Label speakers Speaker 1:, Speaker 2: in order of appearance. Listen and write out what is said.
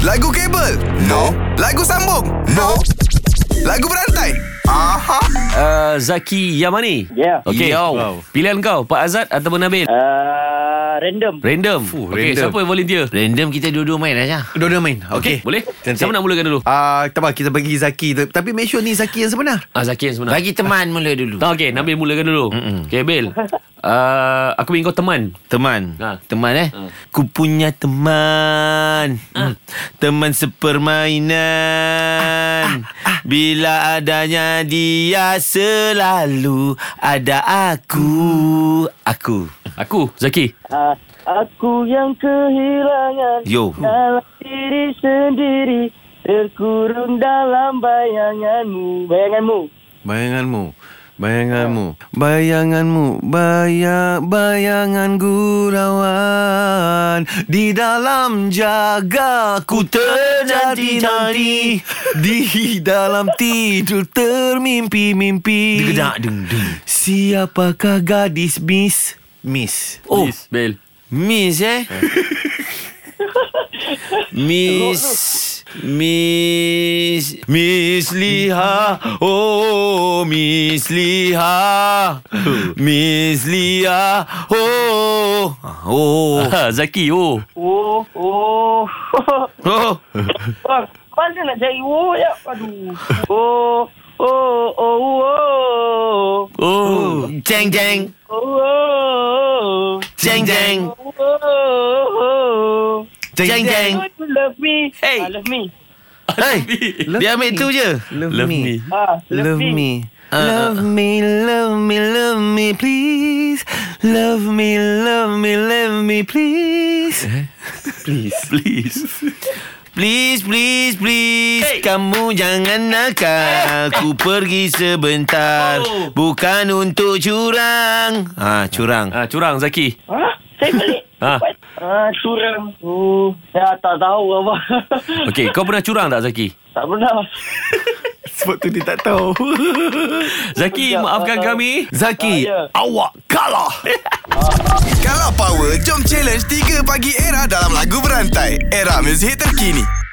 Speaker 1: Lagu kabel? No. Lagu sambung? No. Lagu berantai? Aha.
Speaker 2: uh, Zaki Yamani
Speaker 3: Ya.
Speaker 2: Okay
Speaker 4: Yo.
Speaker 2: wow. Pilihan kau Pak Azad ataupun Nabil
Speaker 3: Uh, random.
Speaker 2: Random
Speaker 4: Fuh,
Speaker 2: Okay
Speaker 4: random.
Speaker 2: siapa yang volunteer
Speaker 4: Random kita dua-dua main aja. Dua-dua main. Okey.
Speaker 2: Boleh?
Speaker 4: Cantik.
Speaker 2: Siapa nak mulakan dulu?
Speaker 4: Ah, uh, tak apa kita bagi Zaki tu. Tapi make sure ni Zaki yang sebenar.
Speaker 2: Ah, Zaki yang sebenar
Speaker 5: Bagi teman mula dulu.
Speaker 2: Tak okay Nabil mulakan dulu Okay Bil uh, Aku ingin kau teman
Speaker 4: Teman.
Speaker 2: Ha.
Speaker 4: Teman eh.
Speaker 2: Ha.
Speaker 4: Ku punya teman. Hmm. Teman
Speaker 2: Ah,
Speaker 4: sepermainan. Bila adanya dia selalu ada aku. Aku.
Speaker 2: Aku Zaki
Speaker 3: Uh, aku yang kehilangan
Speaker 4: Yo.
Speaker 3: dalam diri sendiri terkurung dalam bayanganmu. Bayanganmu.
Speaker 4: Bayanganmu Bayanganmu Bayanganmu Bayang Bayangan gurauan Di dalam jaga Ku terjadi nanti Di dalam tidur Termimpi-mimpi
Speaker 5: Degedak deng deng.
Speaker 4: Siapakah gadis Miss Miss
Speaker 2: Oh Bil
Speaker 4: Miss eh Miss Miss Miss Liha Oh Miss Liha Miss Liha Oh Oh
Speaker 2: Ah, Zaki oh
Speaker 3: Oh, oh.
Speaker 4: Oh
Speaker 3: Bang, mana nak cari oh ya? Aduh. Oh, oh, oh, oh.
Speaker 2: Oh
Speaker 5: Jeng jeng.
Speaker 3: Oh, oh.
Speaker 5: Jeng jeng.
Speaker 3: Oh, oh, oh.
Speaker 5: Jeng jeng.
Speaker 3: Don't you love me?
Speaker 2: Hey.
Speaker 3: Ah, love me.
Speaker 4: Hey Dia ambil tu je
Speaker 2: Love me
Speaker 3: Ah,
Speaker 4: Love me. Uh, Love me, love me, love me, please. Love me, love me, love me, please. Eh? please, please. Please, please, please
Speaker 2: Hey.
Speaker 4: Kamu jangan nakal Aku pergi sebentar
Speaker 2: Oh.
Speaker 4: Bukan untuk curang Ha, curang
Speaker 2: Ah, curang Zaki
Speaker 3: Hah? Ha? Saya balik.
Speaker 2: Ah.
Speaker 3: What? Ah, curang. Oh, saya tak tahu apa.
Speaker 2: Okay kau pernah curang tak Zaki?
Speaker 3: tak pernah.
Speaker 4: Sebab tu dia tak tahu
Speaker 2: Zaki
Speaker 3: Sekejap,
Speaker 2: maafkan
Speaker 3: tak tahu.
Speaker 2: kami
Speaker 4: Zaki,
Speaker 3: Ah, ya.
Speaker 4: awak kalah
Speaker 1: Kalau power, jom challenge 3 pagi era dalam lagu berantai. Era muzik terkini.